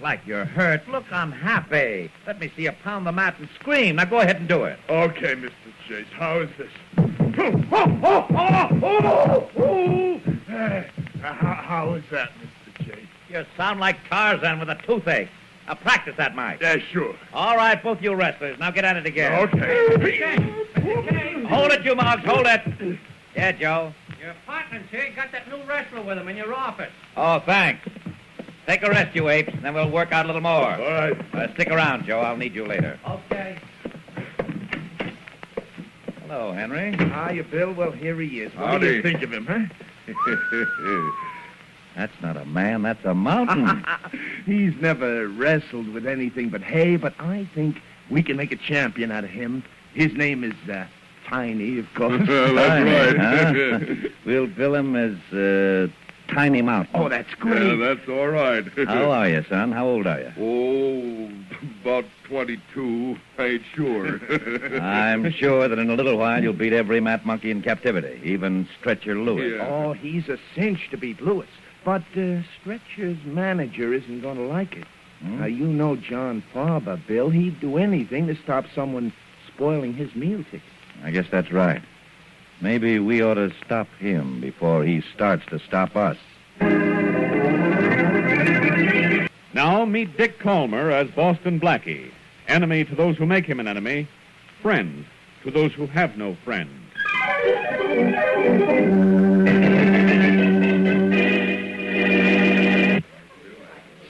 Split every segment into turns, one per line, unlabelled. like you're hurt. Look, I'm happy. Let me see you pound the mat and scream. Now go ahead and do it.
Okay, Mr. Chase, how is this? Oh, oh, oh, oh, oh, oh. Eh, How, how is that, Mr. Chase?
You sound like Tarzan with a toothache. Now practice that, Mike.
Yeah, sure.
All right, both you wrestlers. Now get at it again.
Okay.
Hold it, you mugs. Hold it. Yeah, Joe.
Your partner's here. Got that new wrestler with him in your office.
Oh, thanks. Take a rest, you apes, and then we'll work out a little
All
more.
right.
Uh, stick around, Joe. I'll need you later.
Okay.
Hello, Henry.
Hiya, Bill. Well, here he is.
What do you think of him, huh?
That's not a man. That's a mountain.
He's never wrestled with anything but hay, but I think we can make a champion out of him. His name is uh, Tiny, of course.
That's
Tiny,
right.
huh? we'll bill him as uh, Tiny Mountain.
oh, that's
Yeah,
great.
that's all right.
How are you, son? How old are you?
Oh, about 22. I ain't sure.
I'm sure that in a little while you'll beat every mat monkey in captivity, even Stretcher Lewis.
Yeah.
Oh, he's a cinch to beat Lewis. But uh, Stretcher's manager isn't going to like it.
Hmm?
Now, you know John Farber, Bill. He'd do anything to stop someone spoiling his meal ticket.
I guess that's right. Maybe we ought to stop him before he starts to stop us.
Now meet Dick Calmer as Boston Blackie, enemy to those who make him an enemy, friend to those who have no friend.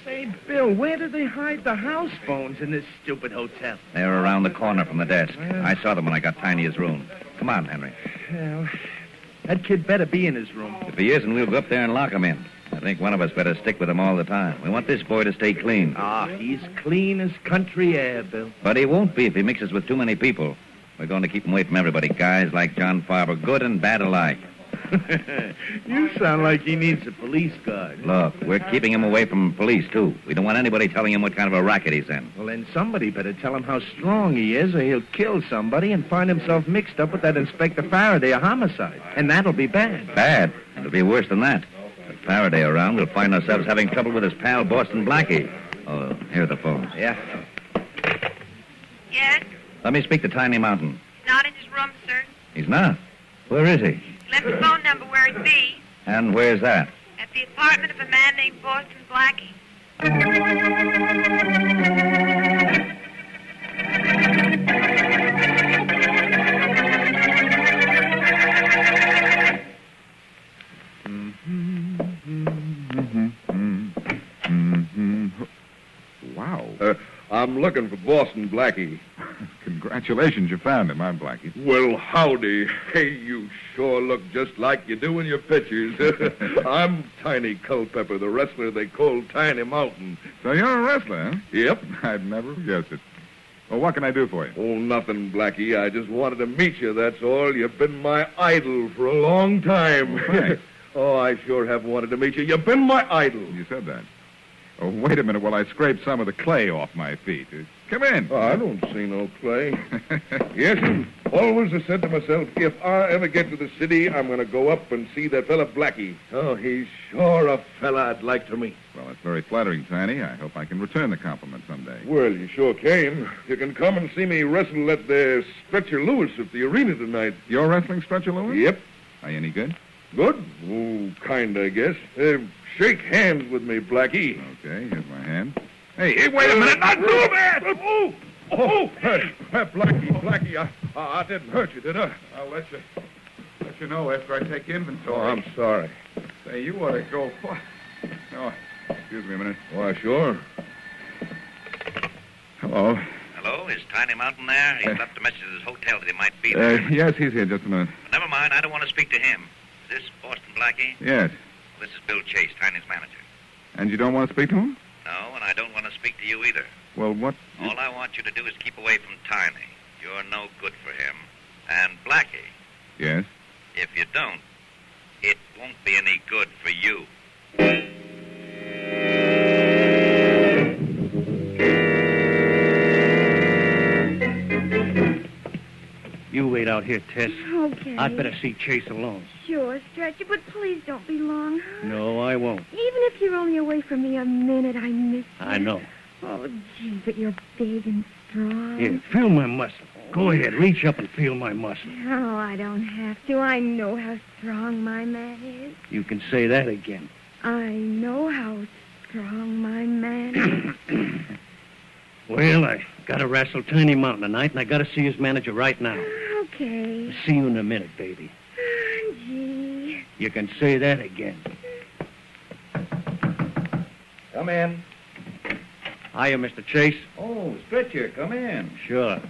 Say, Bill, where do they hide the house phones in this stupid hotel?
They're around the corner from the desk. I saw them when I got Tiny's room. Come on, Henry.
Well, that kid better be in his room.
If he isn't, we'll go up there and lock him in. I think one of us better stick with him all the time. We want this boy to stay clean.
Ah, he's clean as country air, Bill.
But he won't be if he mixes with too many people. We're going to keep him away from everybody, guys like John Farber, good and bad alike.
you sound like he needs a police guard.
Look, we're keeping him away from police, too. We don't want anybody telling him what kind of a racket he's in.
Well, then somebody better tell him how strong he is, or he'll kill somebody and find himself mixed up with that Inspector Faraday, a homicide. And that'll be bad.
Bad. It'll be worse than that. With Faraday around, we'll find ourselves having trouble with his pal, Boston Blackie. Oh, here are the phones.
Yeah.
Yes,
Let me speak to Tiny Mountain.
not in his room, sir.
He's not. Where is he?
Left the phone number where it be
And where's that?
at the apartment of a man named Boston Blackie.
Wow.
Uh, I'm looking for Boston Blackie.
Congratulations, you found him. I'm Blackie.
Well, howdy. Hey, you sure look just like you do in your pictures. I'm Tiny Culpepper, the wrestler they call Tiny Mountain.
So you're a wrestler, huh?
Yep.
I'd never guessed it. Well, what can I do for you?
Oh, nothing, Blackie. I just wanted to meet you, that's all. You've been my idol for a long time.
Well, thanks.
oh, I sure have wanted to meet you. You've been my idol.
You said that. Oh, wait a minute while I scrape some of the clay off my feet. Uh, Come in.
Oh, I don't see no clay. Yes, and always I said to myself, if I ever get to the city, I'm going to go up and see that fella Blackie. Oh, he's sure a fella I'd like to meet.
well, that's very flattering, Tiny. I hope I can return the compliment someday.
Well, you sure came. You can come and see me wrestle at the Stretcher Lewis at the arena tonight.
You're wrestling stretcher, Lewis?
Yep.
Are you any good?
Good? Oh, kind, I guess. Uh, shake hands with me, Blackie.
Okay, here's my hand. Hey, hey, wait a minute. Not do that!
Oh, oh, hey, hey, Blackie, Blackie, I, I, I didn't hurt you, did I?
I'll let you let you know after I take
Oh,
inventory.
I'm sorry.
Say, you ought to go far. Oh, excuse me a minute.
Why, sure.
Hello.
Hello? Is Tiny Mountain there? He left a message at his hotel that he might be
Uh,
there.
yes, he's here. Just a minute.
But never mind. I don't want to speak to him. Is this Boston Blackie?
Yes.
This is Bill Chase, Tiny's manager.
And you don't want to speak to him?
No, and I don't want to speak to you either.
Well, what?
All I want you to do is keep away from Tiny. You're no good for him. And Blackie,
Yes.
if you don't, it won't be any good for you. You wait
out here, Tess.
Okay.
I'd better see Chase alone.
Sure, Stretcher, but please don't be long.
No, I won't.
Even if you're only away from me a minute, I miss you.
I know.
Oh, gee, but you're big and strong.
Here, feel my muscle. Go ahead, reach up and feel my muscle.
Oh, I don't have to. I know how strong my man is.
You can say that again.
I know how strong my man is.
Well, I got to wrestle Tiny Mountain tonight, and I got to see his manager right now.
okay.
See you in a minute, baby.
Oh, gee.
You can say that again.
Come in.
Hiya, Mr. Chase.
Oh, Stretcher, come in.
Sure.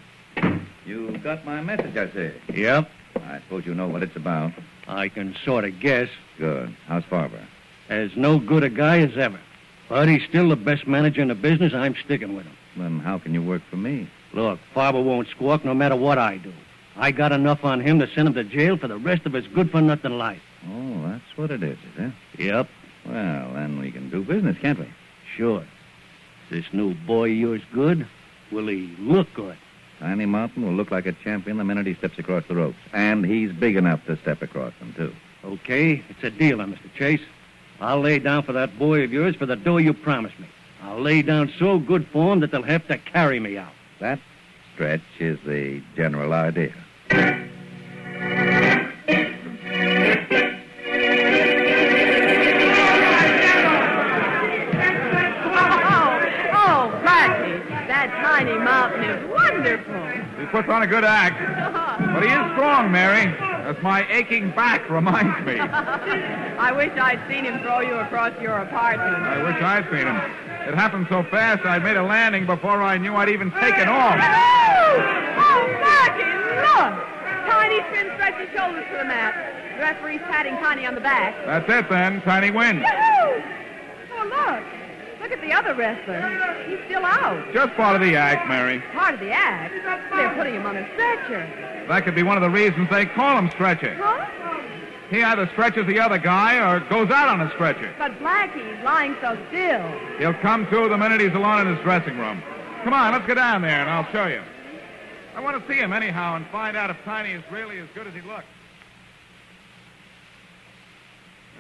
You got my message, I say.
Yep.
I suppose you know what it's about.
I can sort of guess.
Good. How's Farber?
As no good a guy as ever. But he's still the best manager in the business. I'm sticking with him.
Then how can you work for me?
Look, Farber won't squawk no matter what I do. I got enough on him to send him to jail for the rest of his good for nothing life.
Oh, that's what it is, is it?
Yep,
Well, then we can do business, can't we?
sure. Is this new boy of yours good? Will he look good?
Tiny Mountain will look like a champion the minute he steps across the ropes. And he's big enough to step across them, too.
Okay, it's a deal, huh, Mr. Chase. I'll lay down for that boy of yours for the dough you promised me. I'll lay down so good for him that they'll have to carry me out.
That stretch is the general idea.
Oh, Oh, Blackie, that tiny mountain is wonderful.
He puts on a good act, but he is strong, Mary. As my aching back reminds me.
I wish I'd seen him throw you across your apartment.
I wish I'd seen him. It happened so fast I made a landing before I knew I'd even taken off.
Oh, Blackie, look! Tiny spins stretch his shoulders to the mat. The referee's patting Tiny on the back.
That's it then. Tiny wins.
Yahoo! Oh, look. Look at the other wrestler. He's still out.
Just part of the act, Mary.
Part of the act. They're putting him on a stretcher.
That could be one of the reasons they call him Stretcher.
Huh?
He either stretches the other guy or goes out on a stretcher.
But Blackie's lying so still.
He'll come to the minute he's alone in his dressing room. Come on, let's go down there and I'll show you. I want to see him anyhow and find out if Tiny is really as good as he looks.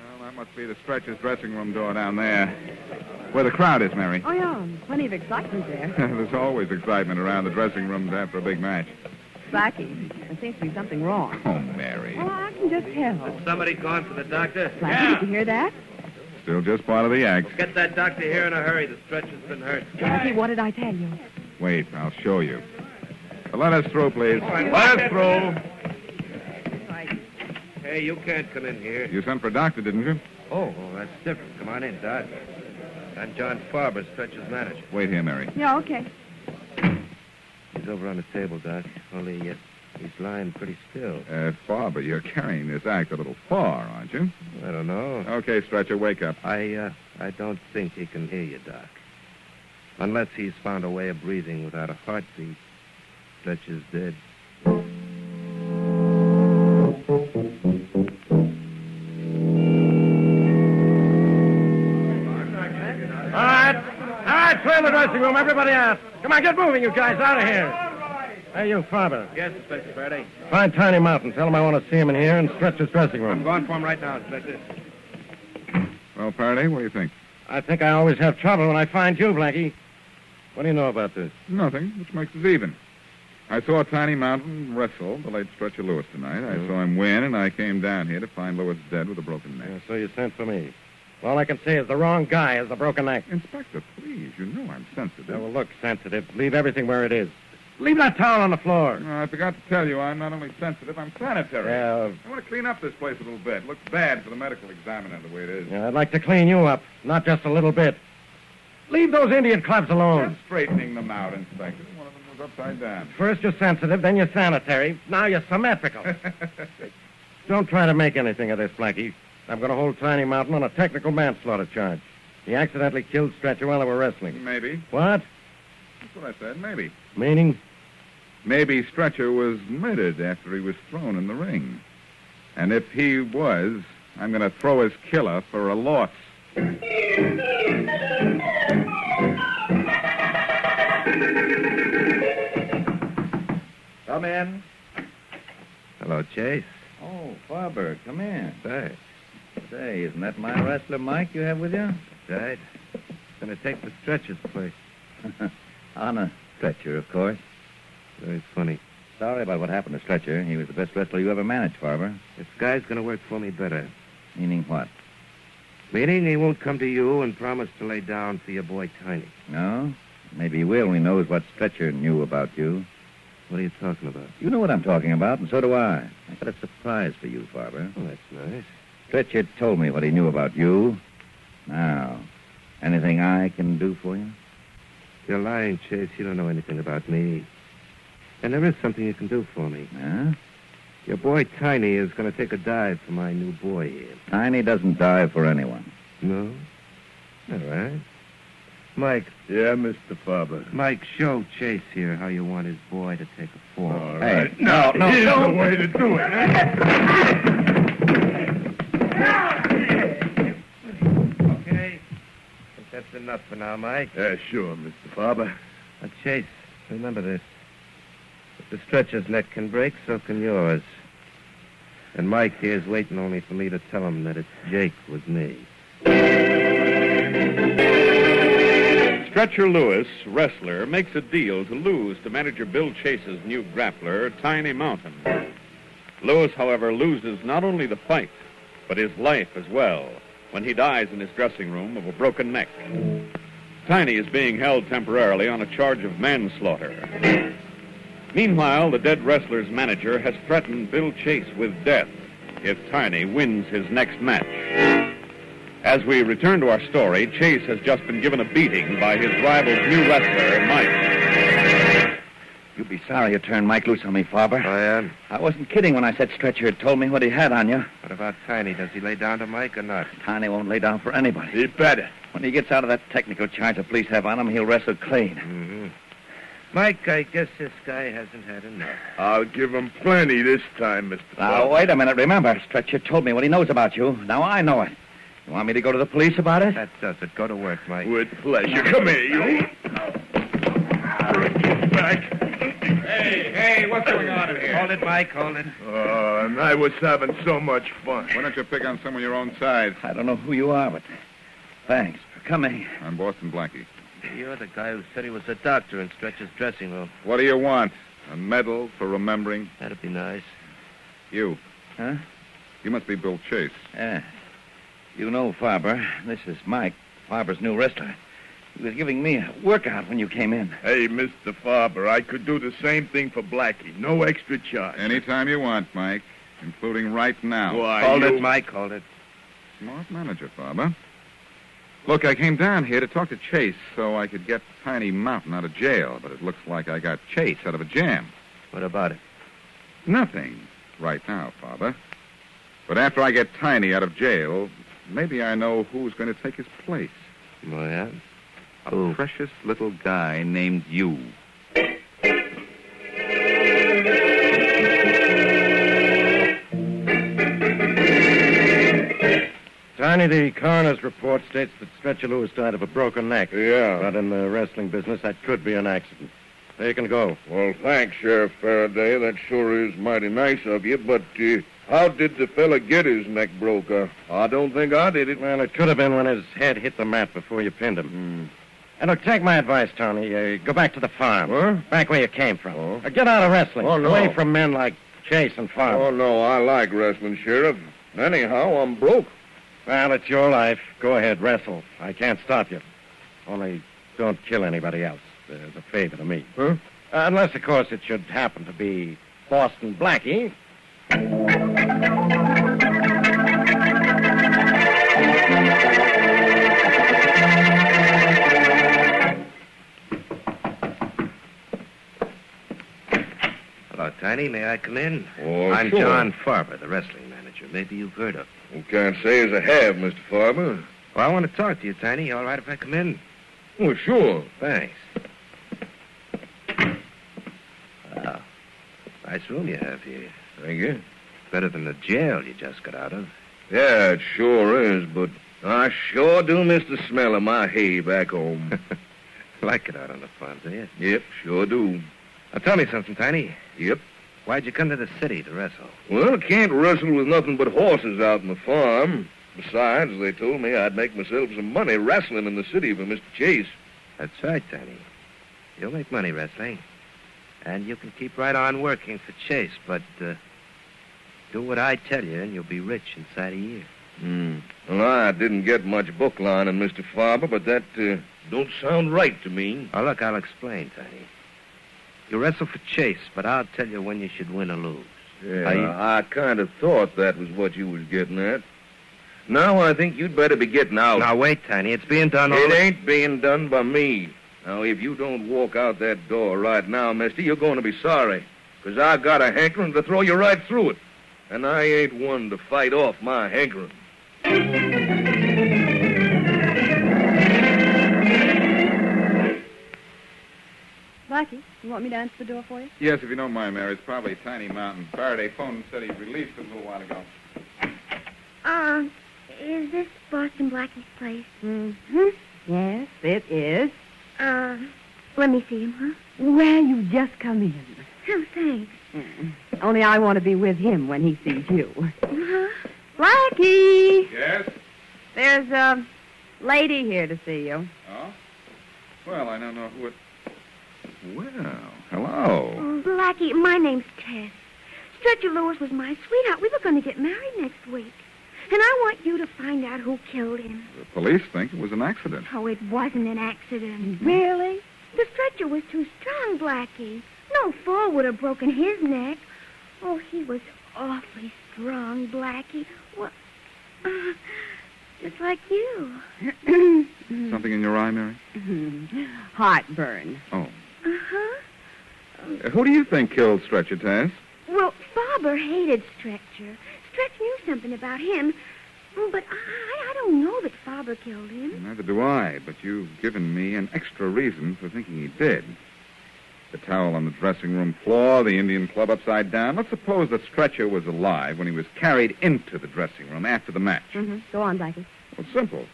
Well, that must be the stretcher's dressing room door down there. Where the crowd is, Mary.
Oh, yeah. Plenty of excitement there.
There's always excitement around the dressing rooms after a big match.
Blackie, there seems to be something wrong.
Oh, Mary.
Well, I can just tell.
Somebody calling for the doctor.
Blackie, did you hear that?
Still just part of the act.
Get that doctor here in a hurry. The stretcher's been hurt.
Blackie, what did I tell you?
Wait, I'll show you. Let us through, please. Let us through.
Hey, you can't come in here.
You sent for a doctor, didn't you?
Oh, well, that's different. Come on in, Doc. I'm John Farber, stretcher's manager.
Wait here, Mary.
Yeah, okay.
He's over on the table, Doc. Only uh, he's lying pretty still.
Uh, Farber, you're carrying this act a little far, aren't you?
I don't know.
Okay, Stretcher, wake up.
I uh, I don't think he can hear you, Doc. Unless he's found a way of breathing without a heartbeat. Stretcher's dead.
All right. All right, clear the dressing room. Everybody out. Come on, get moving, you guys. Out of here. Hey, you, Farber.
Yes, Inspector Faraday.
Find Tiny Mountain. Tell him I want to see him in here and stretch his dressing room.
going for him right now, Inspector.
Well, Faraday, what do you think?
I think I always have trouble when I find you, Blackie. What do you know about this?
Nothing, which makes us even. I saw Tiny Mountain wrestle the late Stretcher Lewis tonight. I saw him win, and I came down here to find Lewis dead with a broken neck.
Uh, so you sent for me. All I can say is the wrong guy has the broken neck.
Inspector, please, you know I'm sensitive.
Now, well, look, sensitive. Leave everything where it is. Leave that towel on the floor.
No, Oh, I forgot to tell you, I'm not only sensitive, I'm sanitary.
Yeah,
I want to clean up this place a little bit. It looks bad for the medical examiner the way it is.
yeah, I'd like to clean you up, not just a little bit. Leave those Indian clubs alone.
Just straightening them out, Inspector. One of them was upside down.
First you're sensitive, then you're sanitary. Now you're symmetrical. Don't try to make anything of this, Blackie. I'm going to hold Tiny Mountain on a technical manslaughter charge. He accidentally killed Stretcher while they were wrestling.
maybe.
What?
That's what I said. Maybe.
Meaning?
Maybe Stretcher was murdered after he was thrown in the ring. And if he was, I'm going to throw his killer for a loss.
Come in.
Hello, Chase.
Oh, Farber, come in.
Thanks.
Say, isn't that my wrestler, Mike, you have with you?
Right. Gonna take the stretcher's place.
On a stretcher, of course.
Very funny.
Sorry about what happened to Stretcher. He was the best wrestler you ever managed, Farber.
This guy's gonna work for me better.
Meaning what?
Meaning he won't come to you and promise to lay down for your boy Tiny.
No? Maybe he will. He knows what Stretcher knew about you.
What are you talking about?
You know what I'm talking about, and so do I. I got a surprise for you, Farber.
Oh, that's nice.
Stretcher told me what he knew about you. Now, anything I can do for you?
You're lying, Chase. You don't know anything about me. And there is something you can do for me.
Huh?
Your boy Tiny is gonna take a dive for my new boy here.
Tiny doesn't dive for anyone.
No? All right. Mike,
Yeah, Mr. Farber.
Mike, show Chase here how you want his boy to take a fall.
All
Hey.
right. Now,
No,
here's
don't.
the way to do it. eh?
Okay. I think that's enough for now, Mike.
Yeah, sure, Mr. Farber.
Now, Chase, remember this. If the stretcher's neck can break, so can yours. And Mike here's waiting only for me to tell him that it's Jake with me.
Stretcher Lewis, wrestler, makes a deal to lose to manager Bill Chase's new grappler, Tiny Mountain. Lewis, however, loses not only the fight, but his life as well when he dies in his dressing room of a broken neck. Tiny is being held temporarily on a charge of manslaughter. Meanwhile, the dead wrestler's manager has threatened Bill Chase with death if Tiny wins his next match. As we return to our story, Chase has just been given a beating by his rival's new wrestler, Mike.
You'd be sorry you turned Mike loose on me, Farber.
I am.
I wasn't kidding when I said Stretcher had told me what he had on you.
What about Tiny? Does he lay down to Mike or not?
Tiny won't lay down for anybody.
He better.
When he gets out of that technical charge the police have on him, he'll wrestle clean.
Mm.
Mm-hmm. Mike, I guess this guy hasn't had enough.
I'll give him plenty this time, Mr.
Now,
Farber.
wait a minute. Remember, Stretcher told me what he knows about you. Now I know it. You want me to go to the police about it?
That does it. Go to work, Mike.
With pleasure. Come here, you. Back.
Hey, hey, what's going on in here?
Hold it, Mike. Hold it.
Oh, and I was having so much fun.
Why don't you pick on someone your own size?
I don't know who you are, but thanks for coming.
I'm Boston Blackie.
You're the guy who said he was a doctor in Stretcher's dressing room.
What do you want? A medal for remembering?
That'd be nice.
You.
Huh?
You must be Bill Chase.
Yeah. Eh. You know Farber. This is Mike, Farber's new wrestler. He was giving me a workout when you came in.
Hey, Mr. Farber, I could do the same thing for Blackie. No extra charge.
Anytime you want, Mike, including right now.
Why,
hold
you...
it, Mike. Hold it.
Smart manager, Farber. Look, I came down here to talk to Chase so I could get Tiny Mountain out of jail, but it looks like I got Chase out of a jam.
What about it?
Nothing right now, Father. But after I get Tiny out of jail, maybe I know who's going to take his place.
Oh, yeah?
A
Who?
precious little guy named you.
Tiny, the coroner's report states that Stretcher Lewis died of a broken neck.
Yeah.
But in the wrestling business, that could be an accident. There you can go.
Well, thanks, Sheriff Faraday. That sure is mighty nice of you, but uh, how did the fella get his neck broke? Uh, I don't think I did it.
Well, it could have been when his head hit the mat before you pinned him. And look, take my advice, Tony. Uh, go back to the farm.
What?
Back where you came from.
Oh.
Uh, get out of wrestling.
Oh, no.
Away from men like Chase and Farm.
Oh, no, I like wrestling, Sheriff. Anyhow, I'm broke.
Well, it's your life. Go ahead, wrestle. I can't stop you. Only don't kill anybody else. Uh, It's a favor to me.
Uh,
Huh?
unless, of course, it should happen to be Boston Blackie.
Hello, Tiny. May I come in?
Oh,
I'm
sure.
John Farber, the wrestling manager. Maybe you've heard of me.
Well, can't say as I have, Mr. Farmer.
Well, I want to talk to you, Tiny. You all right if I come in?
Well, sure.
Thanks.
Ah.
Wow. Nice room you have here.
Thank you.
Better than the jail you just got out of.
Yeah, it sure is, but I sure do miss the smell of my hay back home.
Like it out on the farm, do you?
yep, sure do.
Now, tell me something, Tiny.
Yep.
Why'd you come to the city to wrestle?
Well, can't wrestle with nothing but horses out in the farm. Besides, they told me I'd make myself some money wrestling in the city for Mr. Chase.
That's right, Tiny. You'll make money wrestling. And you can keep right on working for Chase, but uh, do what I tell you, and you'll be rich inside a year.
Hmm. Well, I didn't get much book line in Mr. Farber, but that uh, don't sound right to me.
Oh, look, I'll explain, Tiny. You wrestle for Chase, but I'll tell you when you should win or lose.
Yeah,
I-
I, kind of thought that was what you was getting at. Now I think you'd better be getting
Oh.
out.
Now, wait, Tiny. It's being done all...
it ain't being done by me. Now, if you don't walk out that door right now, mister, you're going to be sorry. Because I got a hankering to throw you right through it. And I ain't one to fight off my hankering.
Blackie, you want me to answer the door for you?
Yes, if you don't mind, Mary. It's probably Tiny Mountain. Faraday phoned and said he released him a little while ago.
Um, is this Boston Blackie's place?
Mm-hmm. Yes, it is.
Um, let me see him,
Well, you just come in.
huh? Oh, thanks.
Only I want to be with him when he sees you.
Uh-huh.
Blackie!
Yes?
There's a lady here to see you.
Oh? Well, I don't know who it. Well, hello.
Oh, Blackie, my name's Tess. Stretcher Lewis was my sweetheart. We were going to get married next week. And I want you to find out who killed him.
The police think it was an accident.
Oh, it wasn't an accident.
Really?
The stretcher was too strong, Blackie. No fall would have broken his neck. Oh, he was awfully strong, Blackie. Well, uh, just like you.
Something in your eye, Mary?
Heartburn.
Oh.
Uh-huh.
Uh, Who do you think killed Stretcher Taz?
Well, Faber hated Stretcher. Stretch knew something about him. Mm, But I, I don't know that Faber killed him.
Neither do I, but you've given me an extra reason for thinking he did. The towel on the dressing room floor, the Indian club upside down. Let's suppose that Stretcher was alive when he was carried into the dressing room after the match.
Mm-hmm. Go on, Blackie.
Well, simple.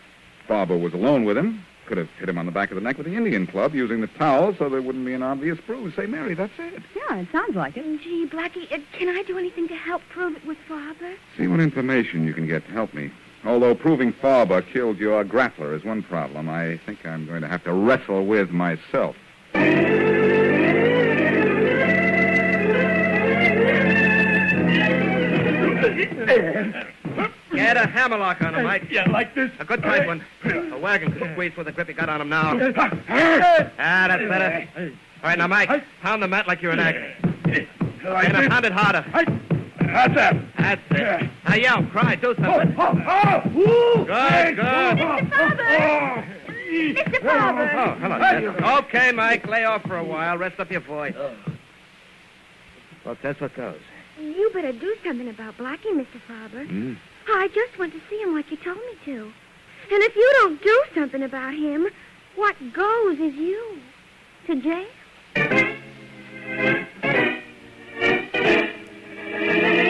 Barber was alone with him. Could have hit him on the back of the neck with the Indian club using the towel so there wouldn't be an obvious bruise. Say, Mary, that's it.
Yeah, it sounds like it.
Gee, Blackie, uh, can I do anything to help prove it was Faber?
See what information you can get to help me. Although proving Farber killed your grappler is one problem, I think I'm going to have to wrestle with myself.
Get a hammerlock on him, Mike.
Yeah, like this.
A good tight one. A wagon could squeeze with the grip he got on him now. Ah, that's better. All right, now, Mike, pound the mat like you're in agony. And now pound it harder. That's it. That's it. Now yell, cry, do something. Good, good.
Mr.
Oh, hello, Tess. Okay, Mike, lay off for a while. Rest up your voice.
Oh. Well, that's what goes.
You better do something about Blackie, Mr. Faber.
Mm.
I just want to see him like you told me to. And if you don't do something about him, what goes is you. To jail.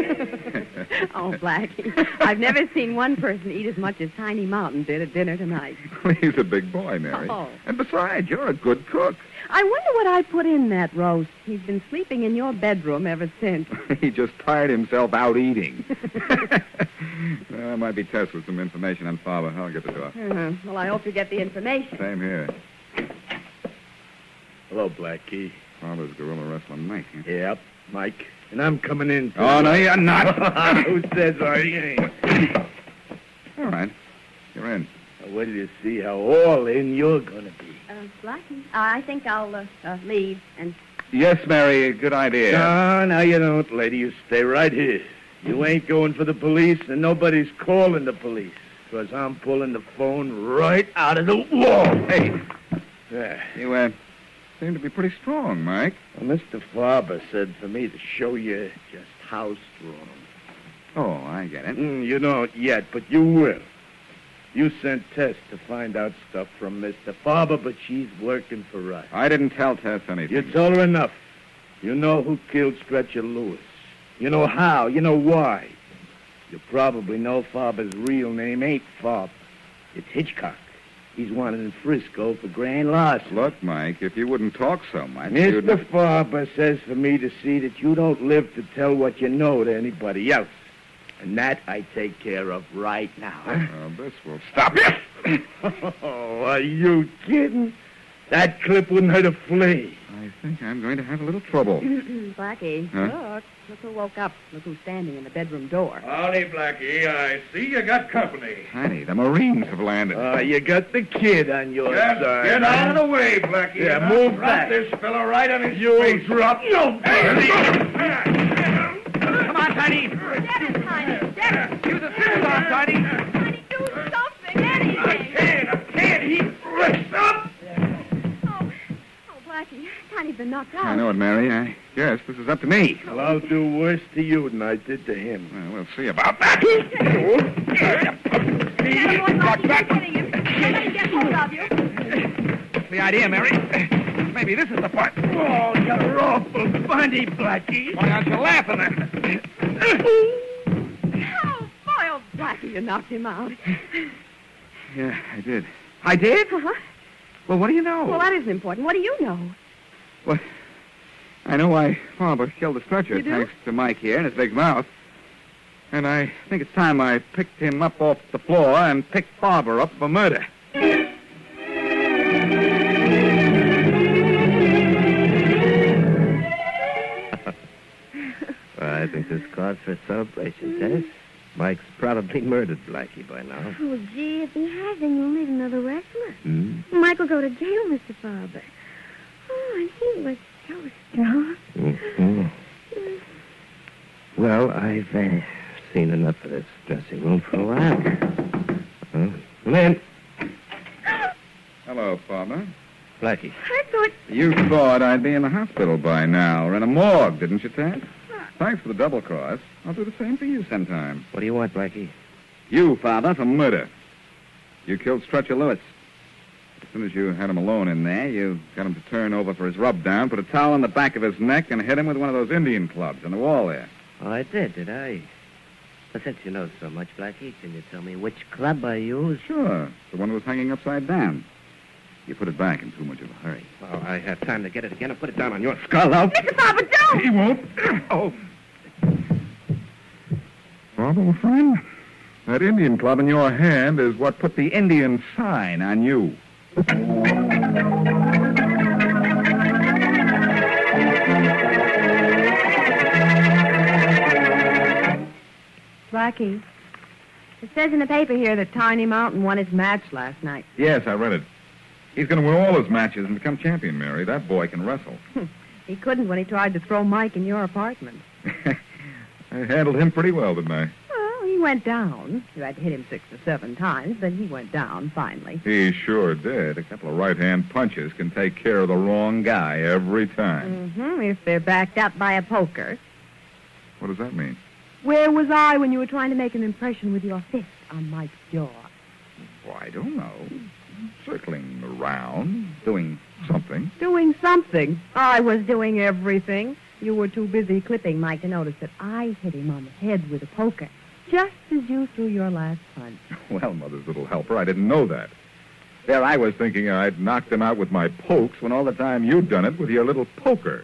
oh, Blackie. I've never seen one person eat as much as Tiny Mountain did at dinner tonight.
He's a big boy, Mary.
Oh.
And besides, you're a good cook.
I wonder what I put in that roast. He's been sleeping in your bedroom ever since.
he just tired himself out eating. well, I might be Tess with some information on Farber. I'll get the door.
Uh-huh. Well, I hope you get the information.
Same here.
Hello, Blackie.
Farber's gorilla wrestling Mike. huh?
Yep, Mike. And I'm coming in.
Oh, no, you're not.
Who says I ain't?
All right. You're in.
Well, you see how all in you're going to be.
Uh, Blackie, I think I'll uh, uh, leave and
Yes, Mary, a good idea.
No, no, you don't, lady. You stay right here. You ain't going for the police, and nobody's calling the police. Because I'm pulling the phone right out of the wall. Hey. There.
You uh, seem to be pretty strong, Mike.
Well, Mr. Farber said for me to show you just how strong.
Oh, I get it.
Mm, you don't yet, but you will. You sent Tess to find out stuff from Mr. Farber, but she's working for us.
I didn't tell Tess anything.
You told her enough. You know who killed Stretcher Lewis. You know how. You know why. You probably know Farber's real name ain't Farber. It's Hitchcock.
He's wanted in Frisco for grand larceny.
Look, Mike, if you wouldn't talk so much, you'd...
Mr. Farber says for me to see that you don't live to tell what you know to anybody else. And that I take care of right now.
Well, this will stop you.
oh, are you kidding? That clip wouldn't hurt a flea.
I think I'm going to have a little trouble.
Blackie,
Huh?
look. Look who woke up. Look who's standing in the bedroom door.
Howdy, Blackie. I see you got company.
Honey, the Marines have landed.
Uh, you got the kid on your
Yes,
side.
get out of the way, Blackie.
Yeah,
and I'll
move
drop
back.
this fella right on his
You
face.
drop- no.
Come on, Tiny. Get it, Tiny. Get it. Use the scissors on, Tiny. Tiny, do something, anything. I can't. I can't. He rips up.
Oh, Blackie, Tiny's been knocked out.
I know it, Mary. I guess this is up to me.
Well, I'll do worse to you than I did to him.
Well, we'll see about that.
Somebody get hold of you.
The idea, Mary. Maybe this is the part.
Oh, you're awful funny, Blackie.
Why aren't you laughing then?
Oh, boy, oh, Blackie, you knocked him out.
Yeah, I did.
I did?
Uh-huh.
Well, what do you know?
Well, that isn't important. What do you know?
What? I know I Farber killed the stretcher,
You do?
thanks to Mike here and his big mouth. And I think it's time I picked him up off the floor and picked Farber up for murder.
Well, I think this calls for celebration, Tess. Mike's probably murdered Blackie by now.
Oh, gee, if he has, then you'll need another wrestler.
Hmm?
Mike will go to jail, Mr. Barber. Oh, and he was so strong.
Mhm. Well, I've uh, seen enough of this dressing room for a while. Huh? Come in.
Hello, Farber.
Blackie.
I thought,
You thought I'd be in the hospital by now or in a morgue, didn't you, Tad?
Uh,
Thanks for the double cross. I'll do the same for you sometime.
What do you want, Blackie?
You, Father, for murder. You killed Stretcher Lewis. As soon as you had him alone in there, you got him to turn over for his rub down, put a towel on the back of his neck, and hit him with one of those Indian clubs on the wall there.
Oh, I did, did I? Well, since you know so much, Blackie, can you tell me which club I used?
Sure. The one that was hanging upside down. You put it back in too much of a hurry.
Well, I have time to get it again and put it down on your skull. I'll...
Mr. Papa, don't.
He won't.
Oh.
Father, my friend, that Indian club in your hand is what put the Indian sign on you.
Blackie, it says in the paper here that Tiny Mountain won his match last night.
Yes, I read it. He's going to win all his matches and become champion, Mary. That boy can wrestle.
He couldn't when he tried to throw Mike in your apartment.
I handled him pretty well, didn't I?
Well, he went down. You had to hit him six or seven times, but he went down finally.
He sure did. A couple of right hand punches can take care of the wrong guy every time.
Mm-hmm, if they're backed up by a poker.
What does that mean?
Where was I when you were trying to make an impression with your fist on Mike's jaw?
Well, I don't know. Circling around, doing something.
Doing something. I was doing everything. You were too busy clipping Mike to notice that I hit him on the head with a poker, just as you threw your last punch.
Well, Mother's little helper, I didn't know that. There I was thinking I'd knocked him out with my pokes when all the time you'd done it with your little poker.